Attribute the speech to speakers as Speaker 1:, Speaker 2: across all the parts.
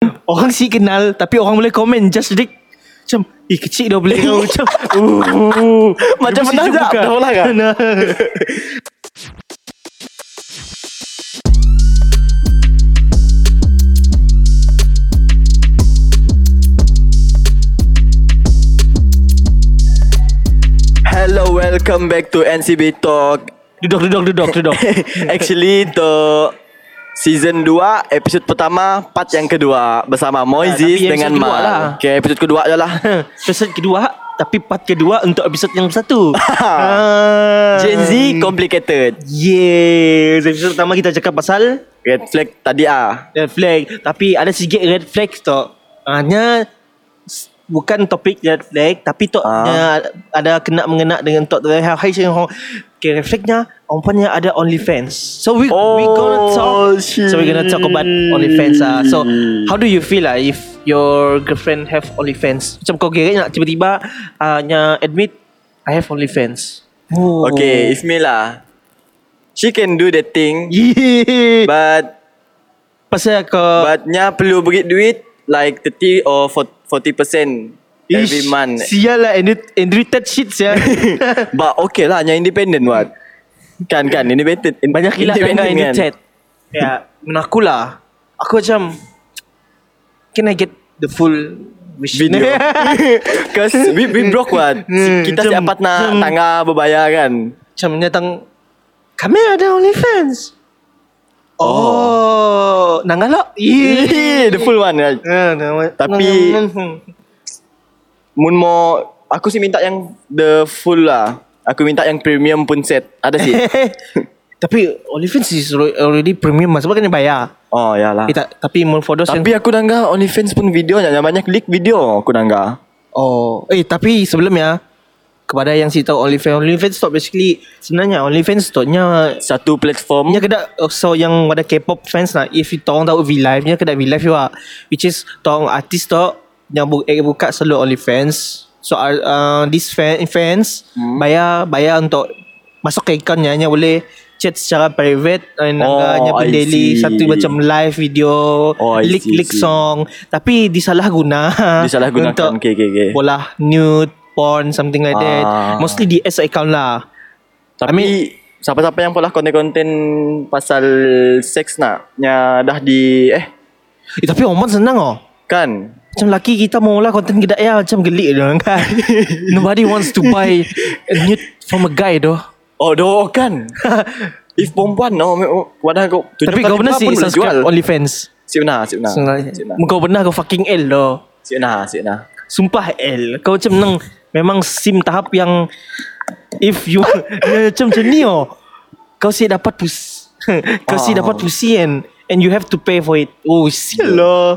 Speaker 1: Orang si kenal Tapi orang boleh komen Just Rick Macam Eh kecil dah boleh kau Macam
Speaker 2: Uh,
Speaker 1: Macam
Speaker 2: mesti
Speaker 1: pernah tak
Speaker 2: juga.
Speaker 1: Dah pernah tak Nah.
Speaker 2: Hello, welcome back to NCB Talk.
Speaker 1: Duduk duduk duduk duduk
Speaker 2: Actually, the season 2 episod pertama part yang kedua bersama Moises
Speaker 1: tapi yang
Speaker 2: dengan
Speaker 1: episod kedua
Speaker 2: Mal.
Speaker 1: lah.
Speaker 2: Okay, episod kedua je lah.
Speaker 1: Episod kedua Tapi part kedua Untuk episod yang satu Ah.
Speaker 2: Gen Z complicated.
Speaker 1: Yeah Episod pertama kita cakap pasal
Speaker 2: Red flag tadi ah.
Speaker 1: Red flag Tapi ada sikit red flag tu Hanya s- Bukan topik red flag Tapi tu
Speaker 2: Ah.
Speaker 1: uh. Ada kena mengena dengan tu Hai saya hong Okay red flagnya Orang punya ada OnlyFans So we, we gonna
Speaker 2: Oh,
Speaker 1: talk So we gonna talk about OnlyFans ah. So
Speaker 2: shit.
Speaker 1: how do you feel lah If your girlfriend have OnlyFans Macam kau gerek nak tiba-tiba uh, nya Admit I have OnlyFans oh.
Speaker 2: Okay, it's me lah. She can do the thing,
Speaker 1: Yeah.
Speaker 2: but
Speaker 1: Pasal kau
Speaker 2: but nya perlu beri duit like 30 or 40% every
Speaker 1: Ish,
Speaker 2: month.
Speaker 1: Sial lah Andrew, Andrew Ted shit sial
Speaker 2: But okay lah Yang independent what Kan kan Independent kan?
Speaker 1: Banyak gila dengan Andrew Ted Ya Menaku lah Aku macam Can I get the full wish
Speaker 2: Video Cause we, we broke what
Speaker 1: Hmm,
Speaker 2: Kita
Speaker 1: jom,
Speaker 2: siapa nak
Speaker 1: jom.
Speaker 2: Tangga berbayar kan
Speaker 1: Macam datang Kami ada OnlyFans Oh, Ah, Nak ngalak
Speaker 2: Ih, The full one right? Tapi- Mun mo Aku sih minta yang The full lah Aku minta yang premium pun set Ada sih
Speaker 1: Tapi OnlyFans is already premium Sebab kena bayar
Speaker 2: Oh ya lah
Speaker 1: eh, tak, Tapi more for those yang
Speaker 2: Tapi aku nangga OnlyFans pun video Yang banyak leak video Aku nangga
Speaker 1: Oh, eh tapi sebelumnya kepada yang si tahu OnlyFans, OnlyFans tu basically sebenarnya OnlyFans tu nya
Speaker 2: Satu platform
Speaker 1: nya kena oh, so yang ada K-pop fans lah if you tahu tahu V Live nya kena V Live juga which is tahu artis tu yang bu- eh, buka selalu OnlyFans so uh, this fan, fans
Speaker 2: Hmm.
Speaker 1: bayar bayar untuk masuk ke account nya nya boleh chat secara private dan
Speaker 2: Oh,
Speaker 1: oh, nya pun
Speaker 2: I
Speaker 1: daily
Speaker 2: see.
Speaker 1: satu macam live video
Speaker 2: Oh, I
Speaker 1: leak
Speaker 2: see,
Speaker 1: leak
Speaker 2: see.
Speaker 1: song tapi disalahguna
Speaker 2: Disalahgunakan.
Speaker 1: untuk
Speaker 2: Okay, okay, okay.
Speaker 1: bola nude porn something like that
Speaker 2: Ah.
Speaker 1: mostly di S account lah I
Speaker 2: Tapi
Speaker 1: mean-
Speaker 2: siapa-siapa yang pola konten-konten pasal seks nak nya dah di eh
Speaker 1: eh, tapi Oman senang oh
Speaker 2: kan
Speaker 1: macam laki kita mau lah konten gedak ya macam gelik dia orang kan nobody wants to buy a nude from a guy doh
Speaker 2: oh doh kan if perempuan no oh, wadah kau tujuh
Speaker 1: tapi
Speaker 2: kali
Speaker 1: kau pernah
Speaker 2: lipat
Speaker 1: sih
Speaker 2: pun boleh Ah,
Speaker 1: subscribe OnlyFans
Speaker 2: Sip nah, sip nah. Sip nah.
Speaker 1: Sebenarnya. kau pernah kau fucking L doh
Speaker 2: Sip nah, sip nah.
Speaker 1: sumpah L kau macam nang memang sim tahap yang if you dia macam macam ni oh kau si dapat pus kau si
Speaker 2: Ah.
Speaker 1: dapat pusi and and you have to pay for it oh sial lah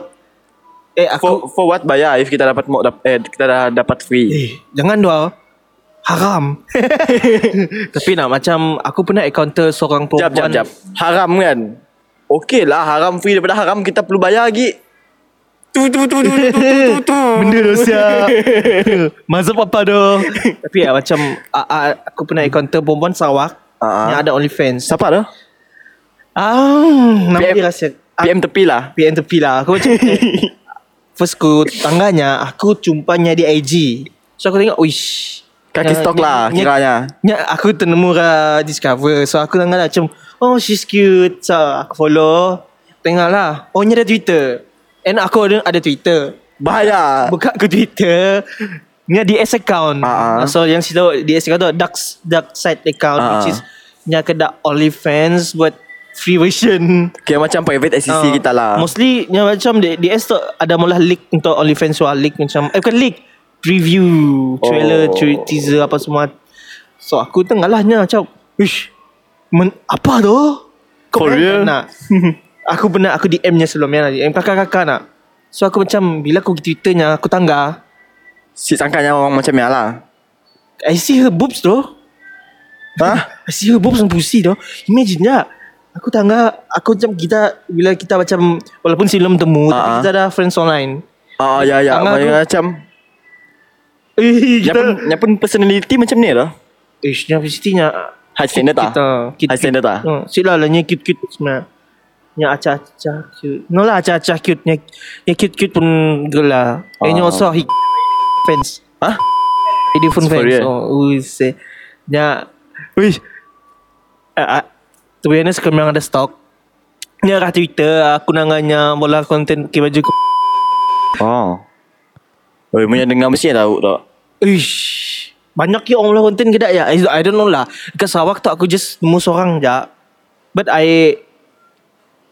Speaker 1: eh aku
Speaker 2: For, for what bayar if kita dapat mo- dap, eh kita dah dapat free.
Speaker 1: Eh, jangan doa. Haram. Tapi nak macam aku pernah encounter seorang perempuan.
Speaker 2: Jap, jap, jap. Haram kan? Okey lah haram free daripada haram kita perlu bayar lagi. Tu tu tu tu tu tu, tu tu.
Speaker 1: Benda dosa. Mazhab apa doh? Tapi ya, macam ah, ah, aku pernah encounter perempuan Sarawak
Speaker 2: Ah.
Speaker 1: yang ada OnlyFans.
Speaker 2: Siapa dah?
Speaker 1: Ah, nama
Speaker 2: PM.
Speaker 1: dia rasa ah,
Speaker 2: PM tepi lah.
Speaker 1: PM tepi lah. Aku macam eh, First ku tangganya Aku jumpanya di IG So aku tengok Wish
Speaker 2: Kaki stok lah kiranya.
Speaker 1: Ya, aku ternemu lah discover. So aku dengar lah macam, oh she's cute. So aku follow. Tengok lah. Oh ni ada Twitter. And aku ada, ada Twitter.
Speaker 2: Bahaya.
Speaker 1: Buka ke Twitter. Ni ada DS account.
Speaker 2: Ah, ah.
Speaker 1: So yang si tahu DS account tu dark, dark side account.
Speaker 2: Ah,
Speaker 1: Which
Speaker 2: ah.
Speaker 1: is ni ada dak OnlyFans buat free version.
Speaker 2: Okay macam private SCC
Speaker 1: Ah,
Speaker 2: kita lah
Speaker 1: Mostly ni macam D- DS tu ada mula leak untuk OnlyFans tu lah. leak macam eh bukan leak preview trailer
Speaker 2: Oh.
Speaker 1: tre- teaser apa semua. So aku tengah lah ni macam ish men, apa tu?
Speaker 2: For
Speaker 1: pernah tak
Speaker 2: real?
Speaker 1: nak? aku pernah aku DM nya sebelumnya lah. DM kakak-kakak nak. So aku macam bila aku pergi Twitter nya aku tangga
Speaker 2: Si sangkanya orang macam ni lah
Speaker 1: I see her boobs tu.
Speaker 2: Ha?
Speaker 1: I see her boobs and pussy tu. Imagine tak? Aku tangga aku macam kita bila kita macam walaupun sebelum temu tapi
Speaker 2: Ah, ah.
Speaker 1: kita ada friends online.
Speaker 2: Oh ya ya
Speaker 1: Tangan
Speaker 2: Banyak Macam
Speaker 1: Eh,
Speaker 2: Nya pun, nya pun personality macam ni lah
Speaker 1: Eh, sebenarnya mestinya
Speaker 2: High standard tak?
Speaker 1: kita
Speaker 2: High standard ah? tak?
Speaker 1: Oh, sila lah ni cute-cute sebenarnya. Yang acah-acah cute. No lah acah-acah cute. Yang, yang cute-cute pun girl lah. And you
Speaker 2: Ah.
Speaker 1: also he fans.
Speaker 2: Hah?
Speaker 1: He different
Speaker 2: For
Speaker 1: fans.
Speaker 2: real?
Speaker 1: Oh, we say. Ya. Wih. Uh, uh, to be honest, kami ada stock. Ni arah Twitter, aku nangannya bola konten pakai baju ke...
Speaker 2: Oh. Oi, punya dengar mesti tahu tak.
Speaker 1: Ish. Banyak ke orang bola konten ke tak ya? I, I don't know lah. Dekat Sarawak tu aku just nemu seorang je. But I...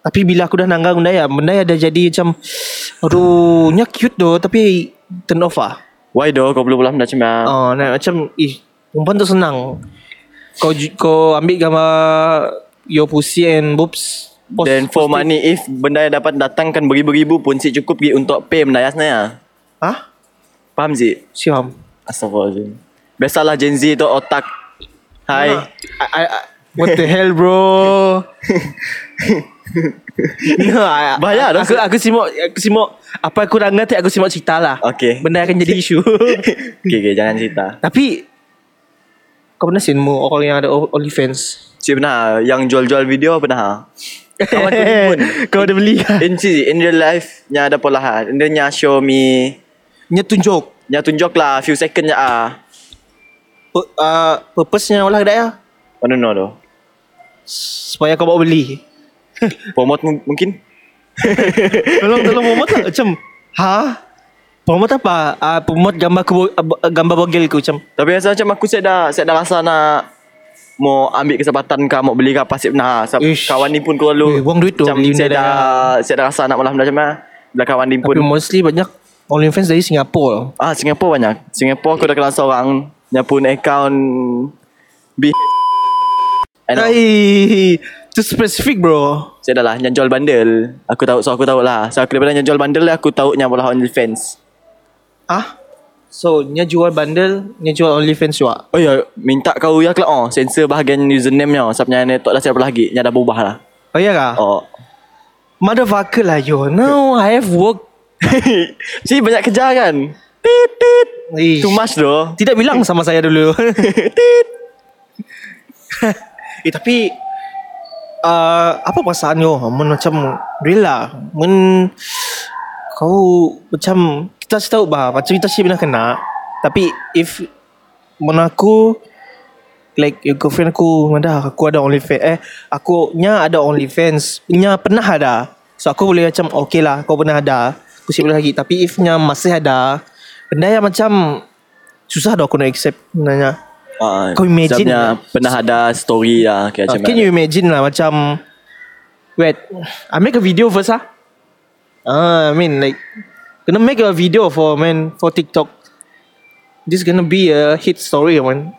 Speaker 1: Tapi bila aku dah nanggang benda ya, benda ya dah jadi macam... Aduh, nya cute doh tapi turn off lah.
Speaker 2: Why doh kau belum pulang dah cuma.
Speaker 1: Oh,
Speaker 2: Oh.
Speaker 1: nah, macam ih, perempuan tu senang. Kau ju- kau ambil gambar your pussy and boobs. post-
Speaker 2: Then for
Speaker 1: post it.
Speaker 2: money if benda yang dapat datangkan beribu-ribu pun si cukup pergi untuk pay benda yang sebenarnya.
Speaker 1: Hah?
Speaker 2: Faham si?
Speaker 1: Siam.
Speaker 2: Astagfirullahalazim. Biasalah Gen Z tu otak. Hai.
Speaker 1: I, I, I, what the hell bro? no, I,
Speaker 2: Bahaya dah,
Speaker 1: aku, aku simak aku simak apa aku dah ngerti aku simak cerita lah.
Speaker 2: Okay.
Speaker 1: Benda akan jadi isu.
Speaker 2: okay, okay, jangan cerita.
Speaker 1: Tapi kau pernah sinmu orang yang ada O- OnlyFans?
Speaker 2: Si pernah yang jual-jual video pernah. Kawan tu pun.
Speaker 1: kau ada beli kan?
Speaker 2: In si in real life nya ada pola ha. Dia nya show me
Speaker 1: Nya tunjuk.
Speaker 2: nya tunjuk lah few second nya ah.
Speaker 1: Pe, uh, purpose-nya olah kedai lah.
Speaker 2: I don't know doh.
Speaker 1: supaya kau bawa beli.
Speaker 2: Promote mu- mungkin.
Speaker 1: Tolong tolong promote tak macam ha? Promote apa? Ah uh, promote gambar aku ab- gambar bogel ku macam.
Speaker 2: Tapi rasa macam aku set dah set dah rasa nak mau ambil kesempatan kau mau beli ke apa sip nah Sab-
Speaker 1: Ish.
Speaker 2: kawan ni pun kau
Speaker 1: Eh,
Speaker 2: lalu
Speaker 1: buang duit tu
Speaker 2: macam
Speaker 1: beli
Speaker 2: set
Speaker 1: benda
Speaker 2: dah set dah rasa nak malam dah macam mana bila kawan ni
Speaker 1: Tapi
Speaker 2: pun
Speaker 1: mostly banyak OnlyFans dari Singapura.
Speaker 2: ah Singapura banyak Singapura aku dah kenal seorang dia pun account B I know.
Speaker 1: Hai, tu spesifik bro.
Speaker 2: Saya dah lah yang jual bandel. Aku tahu so aku tahu lah. So aku daripada yang jual bandel aku tahu yang bola OnlyFans.
Speaker 1: Ah. So, nya jual bundle, nya jual OnlyFans juga.
Speaker 2: Oh ya, minta kau ya kelak oh, sensor bahagian username nya. Sebabnya ni tak dah siapa lagi. Nya dah berubah lah.
Speaker 1: Oh iya kah?
Speaker 2: Oh.
Speaker 1: Motherfucker lah yo. No, I have work.
Speaker 2: Si banyak kerja kan? Tit tit.
Speaker 1: Ish.
Speaker 2: Too much doh.
Speaker 1: Tidak bilang sama saya dulu. eh tapi uh, apa perasaan yo? Mun macam rela. Mun kau macam kita mesti tahu bah macam kita sih pernah kena. Tapi if mun aku like your girlfriend aku ada aku ada only fan eh aku nya ada only fans nya pernah ada so aku boleh macam okay lah kau pernah ada aku sip lagi tapi if nya masih ada benda yang macam susah dah aku nak accept sebenarnya
Speaker 2: Ah,
Speaker 1: Kau imagine
Speaker 2: sebabnya
Speaker 1: tak?
Speaker 2: pernah ada story lah kayak
Speaker 1: uh,
Speaker 2: macam
Speaker 1: can you imagine lah macam wait I make a video first ah ah I mean like gonna make a video for man for TikTok this gonna be a hit story man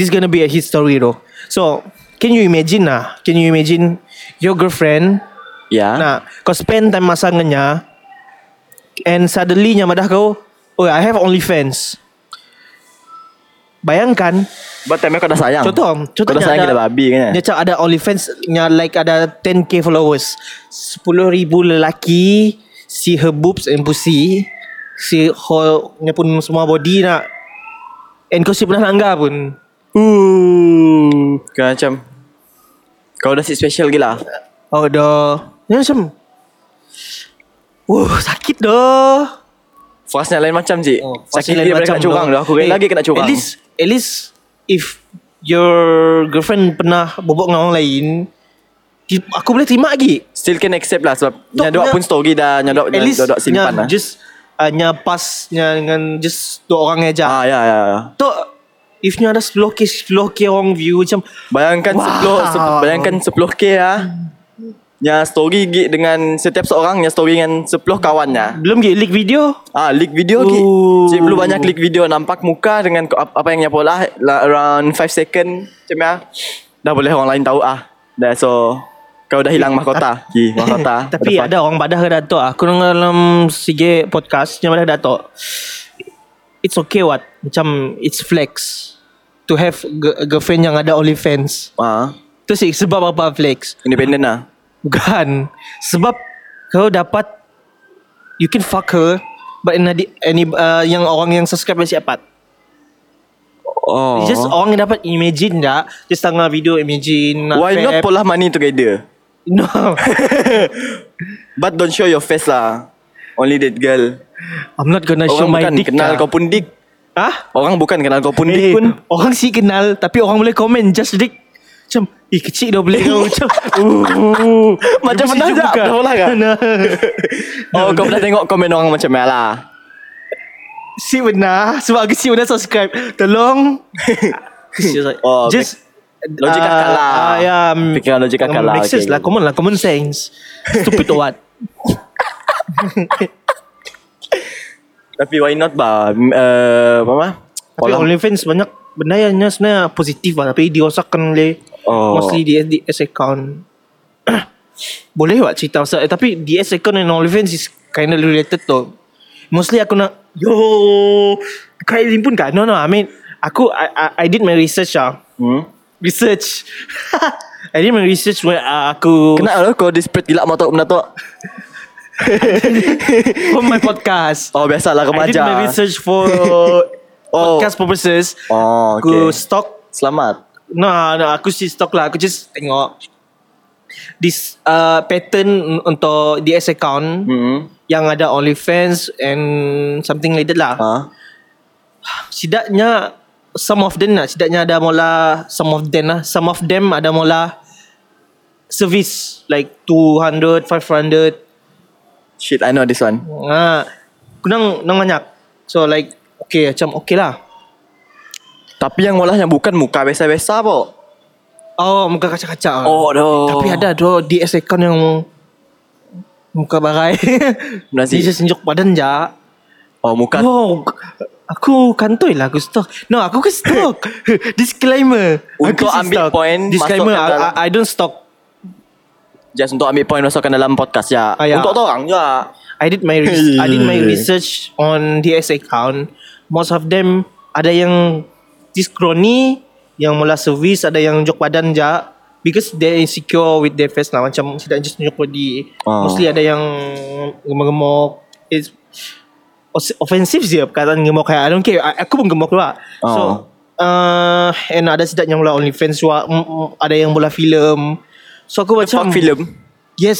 Speaker 1: this gonna be a hit story though so can you imagine lah can you imagine your girlfriend
Speaker 2: Ya.
Speaker 1: Nah, kau spend time masangannya and suddenly nya madah kau, oh I have only fans. Bayangkan,
Speaker 2: But time kau dah sayang.
Speaker 1: contoh, contoh
Speaker 2: Kau dah sayang kita babi kan?
Speaker 1: Dia cakap ada only fans nya like ada 10k followers. 10,000 lelaki si her boobs and pussy, si whole nya pun semua body nak and kau si pernah langgar pun.
Speaker 2: Uh. Kau macam kau dah si special gila.
Speaker 1: Oh dah. Ni macam Wuh, sakit dah.
Speaker 2: Frasnya lain macam cik
Speaker 1: Oh,
Speaker 2: Sakit
Speaker 1: lain
Speaker 2: dia macam kena curang dah Aku
Speaker 1: Eh,
Speaker 2: lagi kena curang
Speaker 1: At least At least If Your girlfriend pernah Bobok dengan orang lain ti- Aku boleh terima lagi
Speaker 2: Still can accept lah Sebab
Speaker 1: Tok punya-
Speaker 2: Nyadok pun story dah Nyadok
Speaker 1: At least
Speaker 2: Nyadok simpan
Speaker 1: nya
Speaker 2: lah
Speaker 1: Just uh, Nya pass nya Dengan just Dua orang aja
Speaker 2: Ah ya ya ya.
Speaker 1: Tok If nya ada 10k 10k orang view Macam
Speaker 2: Bayangkan
Speaker 1: Wow.
Speaker 2: sepuluh sep- Bayangkan 10k lah Nya Ya, story gig dengan Setiap seorang Nya story dengan 10 kawannya
Speaker 1: Belum gig leak video
Speaker 2: Ah, leak video gig
Speaker 1: Ooh.
Speaker 2: Cik perlu banyak leak video Nampak muka dengan ko- ap- Apa yang nyapu lah la- Around 5 second Macam ya Dah boleh orang lain tahu ah Dah so Kau dah hilang mahkota Ki mahkota
Speaker 1: Tapi
Speaker 2: What the fuck?
Speaker 1: ada orang badah ke datuk Aku dengar dalam Sige podcast Yang badah datuk It's okay what Macam It's flex To have ge- Girlfriend yang ada only fans
Speaker 2: Ah,
Speaker 1: Tu sih sebab apa flex
Speaker 2: Independent lah
Speaker 1: Bukan Sebab Kau dapat You can fuck her But in any, any uh, Yang orang yang subscribe masih dapat
Speaker 2: Oh.
Speaker 1: It's just orang yang dapat imagine tak Just tengah video imagine
Speaker 2: Why
Speaker 1: fab.
Speaker 2: not pola money together?
Speaker 1: No
Speaker 2: But don't show your face lah. Only that girl.
Speaker 1: I'm not gonna show my
Speaker 2: Orang bukan
Speaker 1: dick
Speaker 2: kenal
Speaker 1: lah.
Speaker 2: kau pun dik.
Speaker 1: Hah?
Speaker 2: Orang bukan kenal kau pun
Speaker 1: Eh,
Speaker 2: dik pun.
Speaker 1: orang si kenal Tapi orang boleh komen Just dick Macam Eh kecil dah boleh kau Macam uh,
Speaker 2: Macam pernah tak? Pernah pernah tak? Oh kau pernah tengok komen orang macam ni lah.
Speaker 1: Si benar Sebab aku si benar subscribe Tolong
Speaker 2: Oh,
Speaker 1: Just
Speaker 2: Logik kakak lah.
Speaker 1: Ah, ya,
Speaker 2: Fikiran logik kakak lah.
Speaker 1: Make sense
Speaker 2: Okay,
Speaker 1: lah
Speaker 2: okay.
Speaker 1: Common lah Common sense Stupid or what
Speaker 2: Tapi why not ba? M- Uh, apa mah?
Speaker 1: Tapi
Speaker 2: Orang-
Speaker 1: OnlyFans banyak benda yang sebenarnya positif lah Tapi dirosakkan oleh
Speaker 2: Oh.
Speaker 1: Mostly DS, DS account Boleh buat cerita pasal eh, Tapi DS account and OnlyFans is kind of related tu Mostly aku nak Yo Kairin pun kan No no I mean Aku I, I, I did my research lah
Speaker 2: Hmm?
Speaker 1: Research I did my research when uh, aku
Speaker 2: Kenal lah kau dispread gila mata benda tu.
Speaker 1: For my podcast
Speaker 2: Oh
Speaker 1: I
Speaker 2: biasalah
Speaker 1: did my
Speaker 2: remaja.
Speaker 1: research for
Speaker 2: Oh.
Speaker 1: Podcast purposes
Speaker 2: Oh,
Speaker 1: Aku
Speaker 2: okay.
Speaker 1: stock
Speaker 2: Selamat.
Speaker 1: No, no, aku still stock lah. Aku just tengok this uh, pattern untuk DS account hmm.
Speaker 2: Hmm.
Speaker 1: yang ada OnlyFans and something like that lah.
Speaker 2: Ha.
Speaker 1: Sidaknya some of them lah. Sidaknya ada mula some of them lah. Some of them ada mula service like 200, 500.
Speaker 2: Shit, I know this one.
Speaker 1: Ha. Kunang nang banyak. So like okay macam okay lah.
Speaker 2: Tapi yang malah yang bukan muka biasa-biasa po.
Speaker 1: Oh muka kaca-kaca.
Speaker 2: Oh, no.
Speaker 1: Tapi ada tu DS account yang muka barai.
Speaker 2: Berhasil.
Speaker 1: Dia just tunjuk badan je.
Speaker 2: Oh, muka
Speaker 1: Oh, aku kantoi lah aku stalk. No, aku ke stalk. Disclaimer. aku
Speaker 2: Untuk
Speaker 1: si
Speaker 2: ambil point,
Speaker 1: Disclaimer,
Speaker 2: masukkan
Speaker 1: I,
Speaker 2: dalam-
Speaker 1: I, I don't stalk.
Speaker 2: Just untuk ambil point masukkan dalam podcast ya.
Speaker 1: Ah, ya.
Speaker 2: Untuk orang ya.
Speaker 1: I did my res- I did my research on DS account. Most of them ada yang this crony yang mula servis, ada yang jok badan je because they insecure with their face lah macam tidak just tunjuk body.
Speaker 2: Ah.
Speaker 1: Mostly ada yang gemuk-gemuk. It's os- offensive je perkataan gemuk kayak I don't care. I, aku pun gemuk lah. So uh,
Speaker 2: Ah.
Speaker 1: and ada sedap yang mula OnlyFans juga, mm, mm, ada yang mula filem. So aku macam
Speaker 2: Fuck film.
Speaker 1: Yes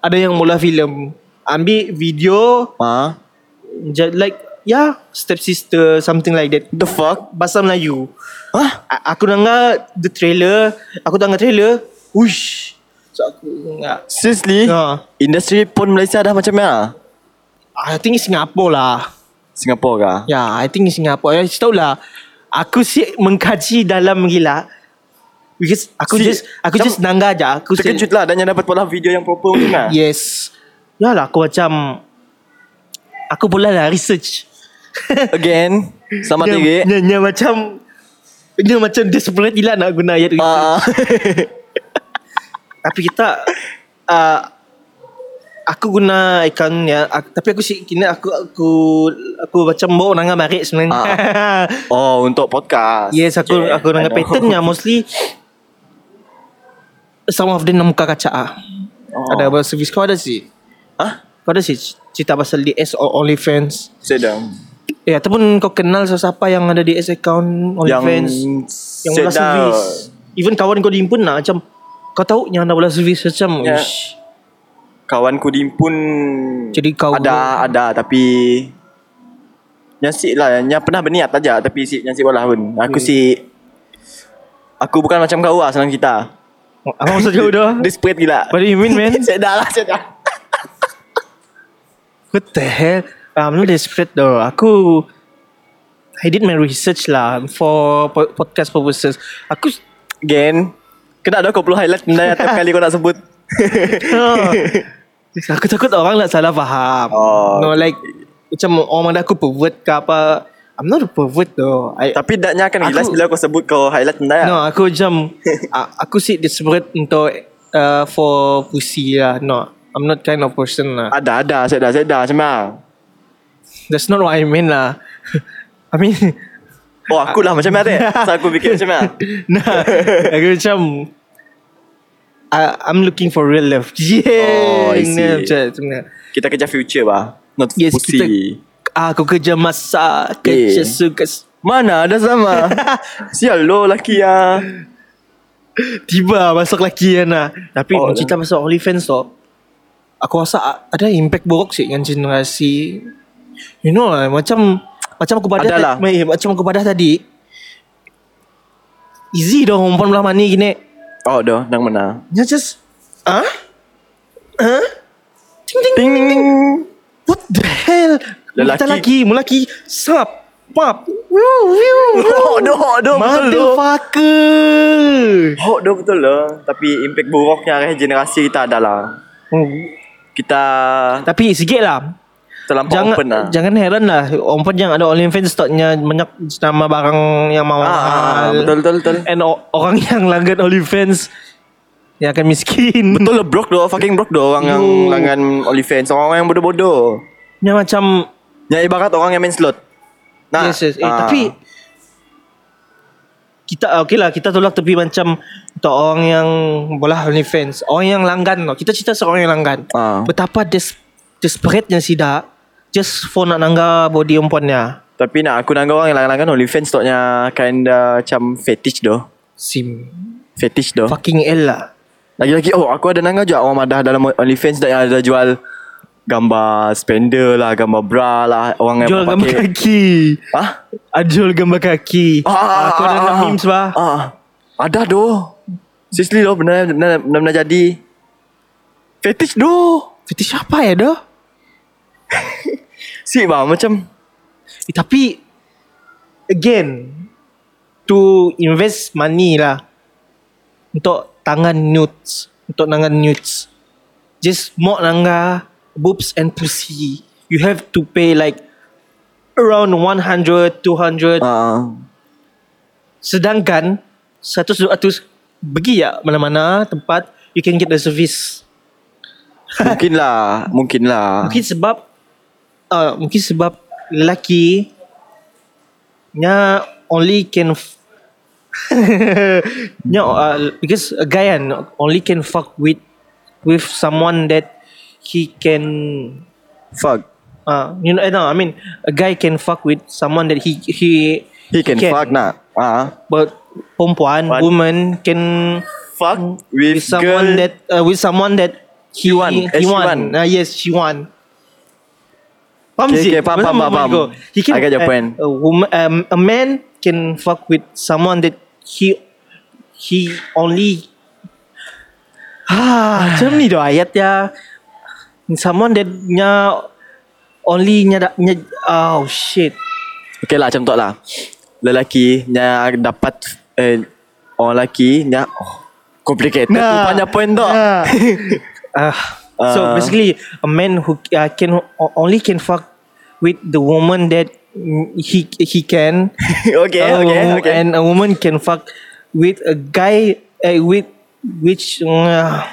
Speaker 1: Ada yang mula filem Ambil video
Speaker 2: Ha?
Speaker 1: j- Like Yeah Step sister Something like that
Speaker 2: The fuck?
Speaker 1: Bahasa Melayu
Speaker 2: Hah?
Speaker 1: A- Aku dengar The trailer Aku dengar trailer Uish So aku dengar
Speaker 2: Seriously?
Speaker 1: Ha.
Speaker 2: Industri pun Malaysia dah macam ya? mana?
Speaker 1: "Ah, I think it's Singapore lah
Speaker 2: Singapura kah?
Speaker 1: Ya yeah, I think it's Singapore Ya tahu lah Aku si mengkaji dalam gila Because Aku
Speaker 2: Si-
Speaker 1: just Aku
Speaker 2: macam
Speaker 1: just nangga je Aku si-
Speaker 2: Terkejut lah dan yang dapat pola video yang proper macam ya?
Speaker 1: Ya,
Speaker 2: mana?
Speaker 1: Yes Yalah aku macam Aku boleh lah research
Speaker 2: Again, selamat
Speaker 1: Dia-
Speaker 2: tinggi.
Speaker 1: Dia, dia macam Dia macam desperate gila nak guna ayat itu
Speaker 2: Ah,
Speaker 1: Tapi kita uh, Aku guna account ya aku, Tapi aku si- kini aku Aku aku macam bawa nangan marik sebenarnya
Speaker 2: oh, untuk podcast.
Speaker 1: Yes aku
Speaker 2: Okay,
Speaker 1: aku nangan
Speaker 2: I know.
Speaker 1: patternnya Mostly Some of them nak muka kaca ah.
Speaker 2: Oh. Ah,
Speaker 1: Ada apa servis kau ada sih
Speaker 2: Hah?
Speaker 1: Kau ada sih cerita pasal DS or OnlyFans
Speaker 2: Sedang.
Speaker 1: Eh ataupun kau kenal siapa yang ada DS account OnlyFans Yang bola servis Even kawan kau diimpun lah Macam Kau tahu yang anda bola servis Macam
Speaker 2: Ya.
Speaker 1: yeah.
Speaker 2: Kawan ku dimpun
Speaker 1: Jadi kau-
Speaker 2: Ada ada tapi Yang si lah Yang pernah berniat aja Tapi si Yang si bola pun Aku si Aku bukan macam kau lah Senang kita
Speaker 1: Apa maksud kau dah
Speaker 2: Desperate gila
Speaker 1: What do you mean man
Speaker 2: Cek dah lah Cek dah
Speaker 1: What the hell Ah, I'm not desperate though Aku I did my research lah For po- podcast purposes Aku
Speaker 2: Again Kena dah kau perlu highlight Benda yang tiap kali kau nak sebut
Speaker 1: Aku takut orang nak salah faham
Speaker 2: Oh.
Speaker 1: No like Macam orang mana aku pervert ke apa I'm not a pervert though I,
Speaker 2: Tapi daknya akan jelas
Speaker 1: Aku-
Speaker 2: Bila kau sebut kau highlight benda ya.
Speaker 1: No, aku macam a- aku si desperate untuk uh, for pussy lah. No, I'm not kind of person lah.
Speaker 2: Ada ada Cek dah Cek dah Macam mana
Speaker 1: That's not what I mean lah. I mean,
Speaker 2: Oh aku lah macam mana Saya aku fikir macam mana
Speaker 1: nah, aku macam I, I'm looking for real love. Yeah,
Speaker 2: Oh, I see.
Speaker 1: nah, Macam, macam,
Speaker 2: Kita kerja future bah Not
Speaker 1: yes,
Speaker 2: pussy
Speaker 1: kita aku kerja Ah, masak, kerja
Speaker 2: Yeah.
Speaker 1: suka s-
Speaker 2: Mana ada sama Sial lo lelaki ya
Speaker 1: Tiba masuk lelaki kan lah Tapi
Speaker 2: Oh,
Speaker 1: oh, cerita pasal OnlyFans tu Aku rasa a- ada impact buruk sih dengan generasi You know lah macam Macam aku badah
Speaker 2: Adalah.
Speaker 1: tadi, eh, Macam aku badah tadi Easy dong perempuan belah mani gini
Speaker 2: Oh dah Nang mana
Speaker 1: You just Huh? Huh? Ting ting
Speaker 2: Ting
Speaker 1: What the hell
Speaker 2: Lelaki.
Speaker 1: Lelaki Lelaki Mulaki Sap Pap Woo, woo,
Speaker 2: Oh
Speaker 1: woo.
Speaker 2: dah Oh dah betul lo
Speaker 1: Motherfucker
Speaker 2: Oh dah betul lo Tapi impact buruknya arah generasi kita adalah
Speaker 1: Hmm.
Speaker 2: Kita
Speaker 1: Tapi sikit lah
Speaker 2: Terlampau
Speaker 1: Jangan
Speaker 2: open lah
Speaker 1: jangan heran lah Open yang ada OnlyFans Stoknya banyak Nama barang yang mahal
Speaker 2: ah, Betul betul betul
Speaker 1: And o- orang yang langgan OnlyFans Yang akan miskin
Speaker 2: Betul lah blok doh Fucking blok doh Orang yang
Speaker 1: Yo.
Speaker 2: Langgan OnlyFans Orang yang bodoh-bodoh
Speaker 1: Yang macam
Speaker 2: Yang ibarat orang yang main slot ah,
Speaker 1: yes, yes. Eh, Tapi kita okay lah kita tolak tepi macam untuk orang yang bola OnlyFans orang yang langgan tau. kita cerita seorang yang langgan
Speaker 2: Ah.
Speaker 1: betapa des, desperate-nya sida just for nak nangga body perempuannya
Speaker 2: Tapi nak aku nangga orang yang langgan OnlyFans Toknya kinda Macam fetish doh
Speaker 1: sim
Speaker 2: Fetish doh
Speaker 1: fucking L lah
Speaker 2: Lagi-lagi Oh aku ada nangga juga Orang madah dalam OnlyFans Yang ada jual Gambar spender lah Gambar bra lah Orang
Speaker 1: jual
Speaker 2: yang
Speaker 1: gambar kaki
Speaker 2: Hah?
Speaker 1: Ah, Jual gambar kaki
Speaker 2: Ah,
Speaker 1: Aku ada
Speaker 2: ah,
Speaker 1: enam
Speaker 2: ah,
Speaker 1: memes bah
Speaker 2: ah. Ada doh Seriously doh Benar-benar benar- benar-benar jadi Fetish doh
Speaker 1: Fetish apa ya dah
Speaker 2: Si bah macam
Speaker 1: eh, Tapi Again To invest money lah Untuk tangan nudes Untuk nangan nudes Just more nangga Boobs and pussy You have to pay like Around 100 200
Speaker 2: Ah.
Speaker 1: Sedangkan 100 200 Pergi ya mana-mana tempat You can get the service
Speaker 2: Mungkin lah Mungkin lah
Speaker 1: Mungkin sebab uh, Mungkin sebab Lelaki Nya Only can f- Nya uh, Because a guy kan Only can fuck with With someone that He can
Speaker 2: Fuck
Speaker 1: uh, You know eh, no, I mean A guy can fuck with Someone that he He
Speaker 2: He can, fuck nak ah.
Speaker 1: But Perempuan
Speaker 2: What?
Speaker 1: Woman Can
Speaker 2: Fuck
Speaker 1: Mm.
Speaker 2: with,
Speaker 1: With someone
Speaker 2: girl
Speaker 1: that uh, With someone that He,
Speaker 2: want, eh,
Speaker 1: He
Speaker 2: she want.
Speaker 1: want Ah, Yes she want Faham
Speaker 2: Okay,
Speaker 1: sih?
Speaker 2: okay, faham,
Speaker 1: Macam
Speaker 2: faham,
Speaker 1: woman
Speaker 2: faham,
Speaker 1: go.
Speaker 2: faham.
Speaker 1: He can,
Speaker 2: I get your
Speaker 1: uh,
Speaker 2: point.
Speaker 1: A, woman, um, a man can fuck with someone that he he only ah macam ni doh ayat ya someone that nya only nya, da- nya oh shit
Speaker 2: Okay lah macam tu lah Lelaki Yang dapat eh, Orang lelaki Yang oh, Complicated nah. Rupanya point tu nah.
Speaker 1: Ah. Ah. so
Speaker 2: Ah.
Speaker 1: basically, a man who uh, can o- only can fuck with the woman that mm, he he can.
Speaker 2: Okay,
Speaker 1: A
Speaker 2: okay,
Speaker 1: wo-
Speaker 2: okay.
Speaker 1: Oh, And a woman can fuck with a guy uh, with which uh,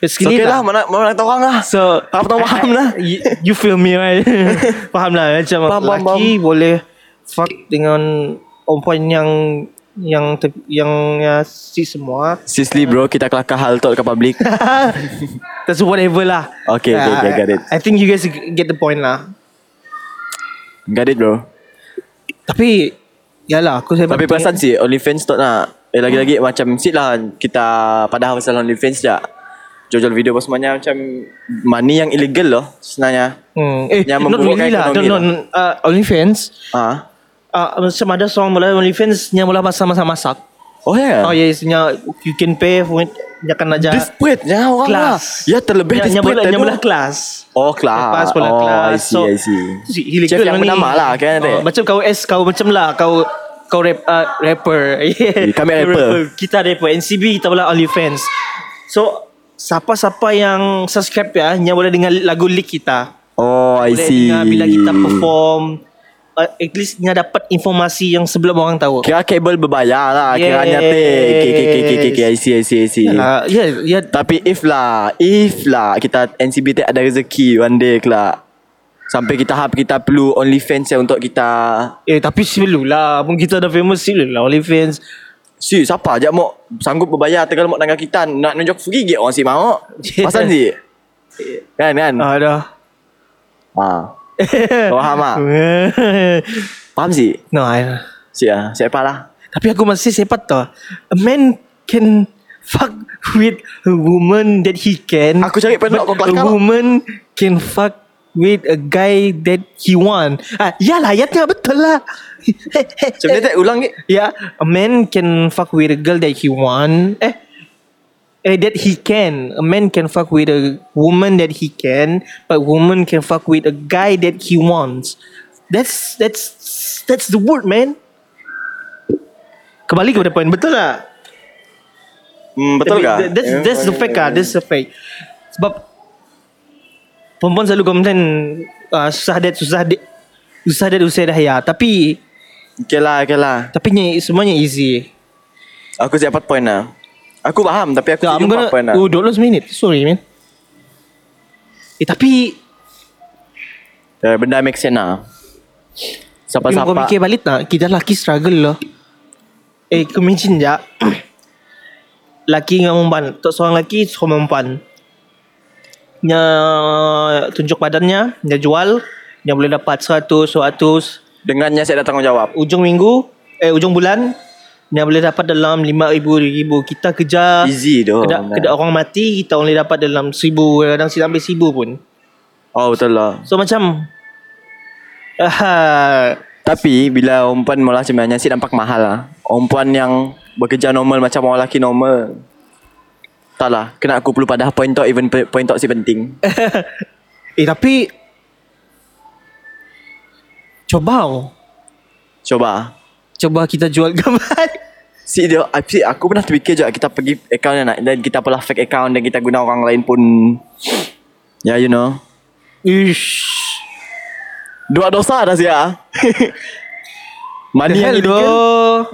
Speaker 1: basically
Speaker 2: Okay lah Mana, mana nak tahu orang lah
Speaker 1: So
Speaker 2: Apa tahu faham lah
Speaker 1: you, you feel me right? faham lah macam
Speaker 2: Faham,
Speaker 1: faham,
Speaker 2: faham,
Speaker 1: laki boleh fuck dengan perempuan yang yang te- yang uh, si semua.
Speaker 2: Seriously bro Kita kelakar hal tu Dekat public
Speaker 1: That's whatever lah.
Speaker 2: Okay, okay, okay, got it.
Speaker 1: I think you guys get the point lah.
Speaker 2: Got it bro
Speaker 1: Tapi yalah aku sebab
Speaker 2: Tapi perasan si OnlyFans tu nak Eh lagi-lagi macam Sit lah Kita Padahal pasal OnlyFans je Jual-jual video pun semuanya Macam Money yang illegal loh Sebenarnya
Speaker 1: hmm. eh
Speaker 2: yang
Speaker 1: not
Speaker 2: memburukkan
Speaker 1: really lah. No,
Speaker 2: ekonomi
Speaker 1: no,
Speaker 2: lah.
Speaker 1: uh, OnlyFans
Speaker 2: Ah.
Speaker 1: uh, macam ada seorang mula OnlyFans yang mula masa-masa masak.
Speaker 2: Oh ya yeah.
Speaker 1: Oh yes, nya you can pay for it. Dia akan aja
Speaker 2: Desperate ya orang
Speaker 1: kelas.
Speaker 2: lah. Ya terlebih
Speaker 1: Nya- nya
Speaker 2: desperate
Speaker 1: belah- nya
Speaker 2: tadi.
Speaker 1: belah kelas.
Speaker 2: Oh kelas.
Speaker 1: Lepas sekolah
Speaker 2: oh,
Speaker 1: lah, kelas.
Speaker 2: I see, I see.
Speaker 1: si- illegal
Speaker 2: Chef yang
Speaker 1: ni.
Speaker 2: bernama lah kan.
Speaker 1: Oh,
Speaker 2: Oh,
Speaker 1: macam kau S kau macam lah kau kau rap, uh, rapper. Yeah.
Speaker 2: kami
Speaker 1: Kau
Speaker 2: Eh, rapper.
Speaker 1: Kita rapper. NCB kita pula OnlyFans. So siapa-siapa yang subscribe ya yang boleh dengar lagu leak kita.
Speaker 2: oh I
Speaker 1: Boleh
Speaker 2: see.
Speaker 1: dengar bila kita perform uh, at least dia dapat informasi yang sebelum orang tahu.
Speaker 2: Kira kabel berbayar lah.
Speaker 1: Yes.
Speaker 2: Kira nyate. Okay, okay, okay, okay, okay, okay. I see, I see, I see.
Speaker 1: Uh, ya ya
Speaker 2: Tapi if lah, if lah kita NCBT ada rezeki one day kelak. Sampai kita hap kita perlu OnlyFans ya untuk kita.
Speaker 1: eh tapi sebelum lah pun kita dah famous sebelum lah OnlyFans.
Speaker 2: Si, siapa ajak mau sanggup berbayar tegal mau nangga kita nak nunjuk gigi orang si mau. Pasan si. Kan kan.
Speaker 1: Ah dah.
Speaker 2: Ha. Ah. Faham ah. Faham sih?
Speaker 1: no, I,
Speaker 2: Sia, siapa lah.
Speaker 1: Tapi aku masih sepat tau. A man can fuck with a woman that he can.
Speaker 2: Aku cari
Speaker 1: but
Speaker 2: pendok kau kelas
Speaker 1: A
Speaker 2: kalau.
Speaker 1: woman can fuck with a guy that he want. Ah, iyalah, ya tengok betul lah.
Speaker 2: Macam
Speaker 1: Eh.
Speaker 2: dia tak ulang ni.
Speaker 1: Yeah, a man can fuck with a girl that he want. Eh, eh, that he can. A man can fuck with a woman that he can, but woman can fuck with a guy that he wants. That's that's that's the word, man. Kembali kepada poin betul lah.
Speaker 2: Hmm, betul
Speaker 1: Tapi
Speaker 2: kah?
Speaker 1: that- That's that's the fact ah. That's the fact. Sebab perempuan selalu komplain ah, susah date susah date susah date usai dah ya. Tapi
Speaker 2: Okay lah, okay lah.
Speaker 1: tapi ni semuanya easy.
Speaker 2: Aku siap 4 point lah. Aku faham tapi aku
Speaker 1: So, I'm
Speaker 2: setuju
Speaker 1: gonna
Speaker 2: 4 point lah.
Speaker 1: Oh 12 minit Sorry man Eh tapi
Speaker 2: Eh, Benda make sense lah.
Speaker 1: Pasal kau
Speaker 2: Sapa-sapa.
Speaker 1: fikir balik tak Kita laki struggle lah Eh kau imagine je Laki dengan perempuan Tak seorang laki Seorang perempuan Nya Tunjuk badannya Dia jual Dia boleh dapat 100 100
Speaker 2: Dengannya saya datang jawab.
Speaker 1: Ujung minggu Eh ujung bulan Dia boleh dapat dalam 5,000 1,000 Kita kejar
Speaker 2: Easy doh.
Speaker 1: Kedak, kedak orang mati Kita boleh dapat dalam 1,000 Kadang-kadang sampai 1,000 pun
Speaker 2: Oh betul lah.
Speaker 1: So macam uh,
Speaker 2: Tapi bila umpan mula sebenarnya sih nampak mahal lah. Umpan yang bekerja normal macam orang lelaki normal. Tak lah, kena aku perlu padah point out even pe- point out si penting.
Speaker 1: Eh tapi Coba oh.
Speaker 2: Coba.
Speaker 1: Coba kita jual gambar
Speaker 2: Si dia, ah, si aku pernah terfikir je kita pergi account yang nak dan kita pula fake account dan kita guna orang lain pun. Ya yeah, you know.
Speaker 1: Ish
Speaker 2: Dua dosa dah sia. money yang illegal.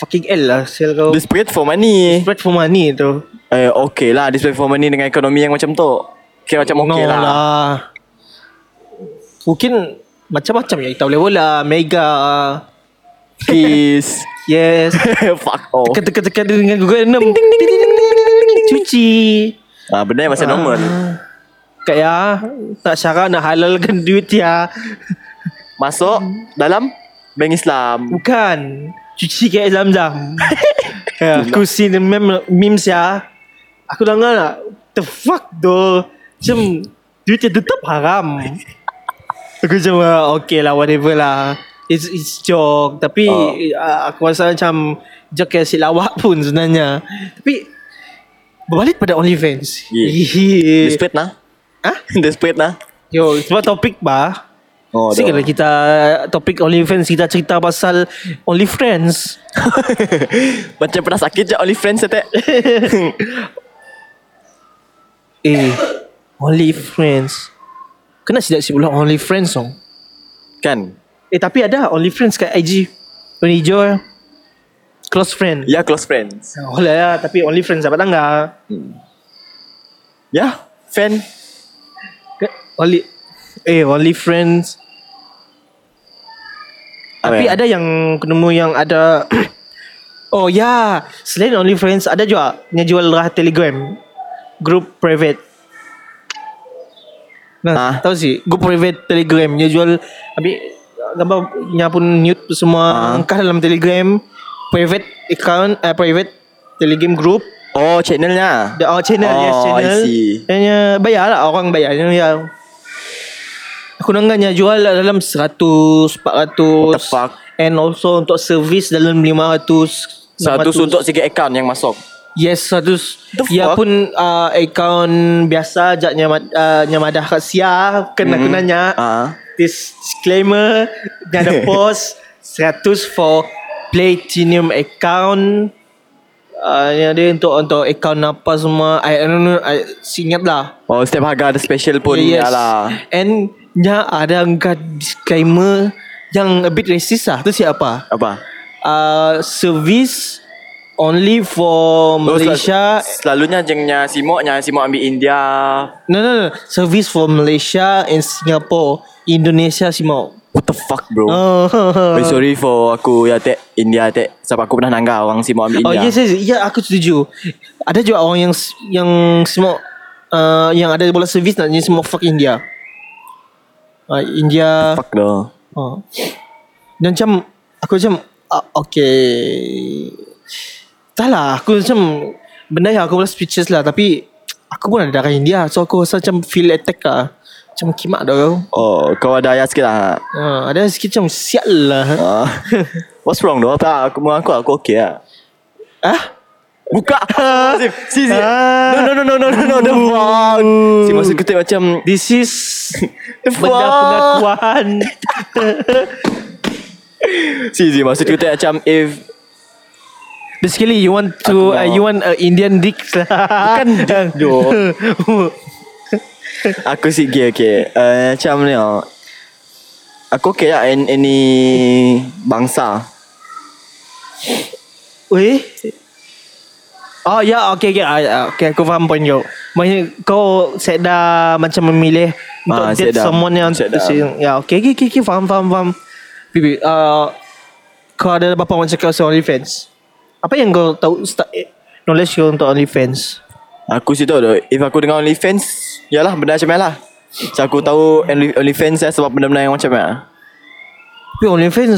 Speaker 1: Fucking L lah Sel kau
Speaker 2: Desperate for money.
Speaker 1: Spread for money tu
Speaker 2: Eh okay lah display for money dengan ekonomi yang macam tu. Kira macam okay
Speaker 1: No
Speaker 2: lah.
Speaker 1: lah Mungkin Macam-macam ya Kita boleh bola Mega
Speaker 2: Kiss.
Speaker 1: Yes
Speaker 2: Fuck off.
Speaker 1: Kata-kata dengan Google 6 ding, ding, ding, ding, ding, ding, ding, ding. Cuci
Speaker 2: Ah benda yang masih normal.
Speaker 1: Kak ya Tak syarat nak halalkan duit ya
Speaker 2: Masuk dalam bank Islam.
Speaker 1: Bukan Cuci kat Zam-Zam Ya, Aku seen the meme, memes ya Aku dengar lah The fuck doh Macam Duit dia tetap haram Aku macam ah, Okay lah whatever lah It's, it's joke Tapi
Speaker 2: Oh.
Speaker 1: uh, Aku rasa macam Joke yang si lawak pun sebenarnya Tapi Berbalik pada OnlyFans
Speaker 2: Yeah.
Speaker 1: yeah.
Speaker 2: Desperate nah.
Speaker 1: Hah?
Speaker 2: Desperate nah.
Speaker 1: Yo, sebab topik bah
Speaker 2: Oh, dah.
Speaker 1: Sekarang kita Topik OnlyFans Kita cerita pasal OnlyFans
Speaker 2: Macam pernah sakit je only friends setek.
Speaker 1: Eh, Only Friends. Kena sidak si ulang Only Friends song.
Speaker 2: kan?
Speaker 1: Eh tapi ada Only Friends kat IG. Warna hijau eh. Close friend.
Speaker 2: Ya close friends.
Speaker 1: Oh lah ya, tapi Only Friends dapat tangga.
Speaker 2: Ya, fan.
Speaker 1: Ke- Only eh Only Friends.
Speaker 2: Apa
Speaker 1: Tapi
Speaker 2: ya?
Speaker 1: ada yang kenemu yang ada Oh ya, yeah. selain Only Friends ada juga yang jual lah Telegram. Group private. Nah,
Speaker 2: Ah.
Speaker 1: tahu sih, group private Telegram dia jual habis gambarnya pun nude tu semua
Speaker 2: Ah.
Speaker 1: engkau dalam Telegram private account eh, private Telegram group
Speaker 2: Oh, channelnya.
Speaker 1: the oh, channel
Speaker 2: Oh,
Speaker 1: yes
Speaker 2: I
Speaker 1: channel.
Speaker 2: see.
Speaker 1: Hanya bayar lah orang bayar yang yang aku dengarnya jual lah dalam 100 400
Speaker 2: the fuck?
Speaker 1: and also untuk service dalam 500
Speaker 2: Satu
Speaker 1: 600.
Speaker 2: untuk sikit account yang masuk.
Speaker 1: Yes 100
Speaker 2: The
Speaker 1: Ia
Speaker 2: fuck?
Speaker 1: pun uh, Account Biasa Ajak nyamad, uh, nyamadah kat Sia Kena aku nanya
Speaker 2: Ah.
Speaker 1: This disclaimer Dia ada post 100 for Platinum account uh, Yang dia untuk Untuk account apa semua I, I don't know I, Ingat lah
Speaker 2: Oh, setiap harga ada special pun. Ya lah.
Speaker 1: And Nya ada angkat disclaimer Yang a bit racist lah Tu siapa
Speaker 2: Apa?
Speaker 1: uh, Service Only for
Speaker 2: Oh, sel-
Speaker 1: Malaysia
Speaker 2: selalunya jengnya Simok, nya Simok ambil India.
Speaker 1: No, no, no. Service for Malaysia and Singapore. Indonesia Simok.
Speaker 2: What the fuck, bro?
Speaker 1: Oh,
Speaker 2: Uh, sorry for aku ya tek India tek sebab aku pernah nangga orang si mau ambil
Speaker 1: oh
Speaker 2: India.
Speaker 1: yes, yes. Ya, aku setuju. Ada juga orang yang yang Simok uh, yang ada bola servis nak jadi Simok fuck India. Uh, India.
Speaker 2: Fuck doh.
Speaker 1: Oh. Dan macam Aku macam uh, Okay Tak lah Aku macam Benda yang aku rasa speechless lah Tapi Aku pun ada darah India So aku rasa macam Feel attack lah Macam kimak dah kau
Speaker 2: Oh, kau ada ayat sikit lah.
Speaker 1: uh, Ada sikit macam Sial lah
Speaker 2: Ah. What's wrong though? Tak, aku mengaku aku okay lah.
Speaker 1: Ah?
Speaker 2: Buka. Sim, si, si.
Speaker 1: Ah.
Speaker 2: No, no, no, no, no, no, no, the fuck. Si maksud kutip macam
Speaker 1: This is
Speaker 2: The
Speaker 1: Benda
Speaker 2: fuck?
Speaker 1: pengakuan
Speaker 2: Si, si maksud kutip macam if
Speaker 1: Basically you want to
Speaker 2: Aku
Speaker 1: uh,
Speaker 2: nak-
Speaker 1: You want uh, Indian dick lah
Speaker 2: Bukan dick, Jo. aku si gay okay. Uh, macam ni oh. Aku okay lah in, ini bangsa.
Speaker 1: Weh Oh ya okay okay, ah, ya, okay aku faham point kau Maksudnya kau set dah macam memilih Untuk
Speaker 2: Ah,
Speaker 1: date
Speaker 2: set dah.
Speaker 1: someone yang
Speaker 2: Set dah.
Speaker 1: si- Ya okay okay, okay okay faham faham faham Bibi uh, Kau ada berapa orang cakap pasal OnlyFans Apa yang kau tahu start, eh, Knowledge kau untuk OnlyFans
Speaker 2: Aku si tahu though, if aku dengar OnlyFans, yalah benda macam ni lah. So aku tahu Only- OnlyFans lah sebab benda-benda yang macam ni lah.
Speaker 1: Tapi OnlyFans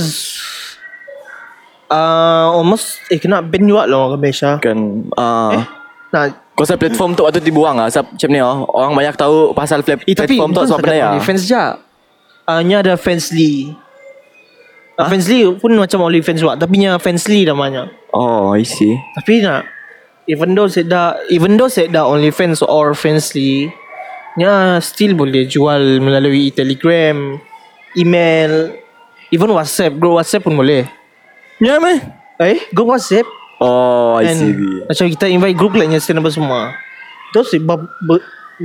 Speaker 1: uh, Almost Eh kena ban juga lah orang Malaysia
Speaker 2: Kan, ah.
Speaker 1: Eh? Nah,
Speaker 2: Konsep platform tu waktu dibuang lah Sebab macam ni oh. Orang banyak tahu pasal plat-
Speaker 1: Eh, tapi
Speaker 2: platform tu
Speaker 1: bukan
Speaker 2: sebab benda
Speaker 1: setakat
Speaker 2: ya
Speaker 1: OnlyFans je. Hanya Ah, ada Fansly. Ha?
Speaker 2: Ha?
Speaker 1: Fansly pun macam OnlyFans buat. Tapi nya Fansly namanya.
Speaker 2: Oh I see
Speaker 1: Tapi nak. Even though saya dah, even though saya dah OnlyFans or Fansly. Nya ah, still boleh jual melalui Telegram, email, even WhatsApp. Group WhatsApp pun boleh.
Speaker 2: Ya yeah, meh
Speaker 1: Eh, group WhatsApp.
Speaker 2: Oh I see
Speaker 1: macam kita invite group lainnya stand apa semua. Terus sebab be,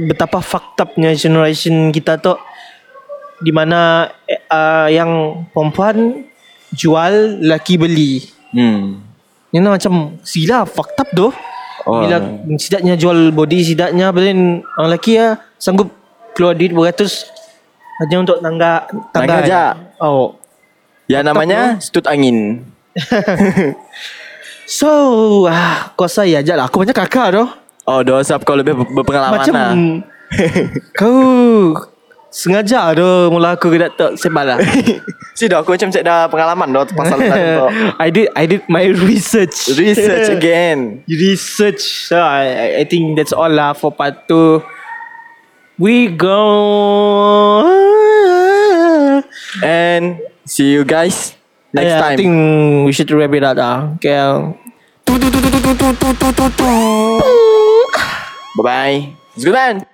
Speaker 1: betapa fucked upnya generation kita tu di mana eh, uh, yang perempuan jual lelaki beli.
Speaker 2: Hmm
Speaker 1: Ni nak macam sila fucked up tu.
Speaker 2: Oh.
Speaker 1: Bila sidaknya jual body sidaknya Then orang lelaki ya sanggup keluar duit beratus hanya untuk tangga
Speaker 2: Tangga
Speaker 1: tangga.
Speaker 2: je.
Speaker 1: Oh.
Speaker 2: Yang namanya Stut Angin
Speaker 1: So, ah, kau saya ajak lah. Aku macam kakak tu.
Speaker 2: Oh dah sebab kau lebih ber- berpengalaman
Speaker 1: Macam
Speaker 2: lah
Speaker 1: Kau Sengaja tu Mula aku gedak tak Sebab lah
Speaker 2: Si dah aku macam cek dah pengalaman dah Pasal benda tu
Speaker 1: I did I did my research
Speaker 2: Research again
Speaker 1: Research So I, I- I think that's all lah For part 2 We go
Speaker 2: And See you guys Next
Speaker 1: Yeah, I
Speaker 2: time
Speaker 1: think we should wrap it up lah Okay
Speaker 2: Bye bye It's good man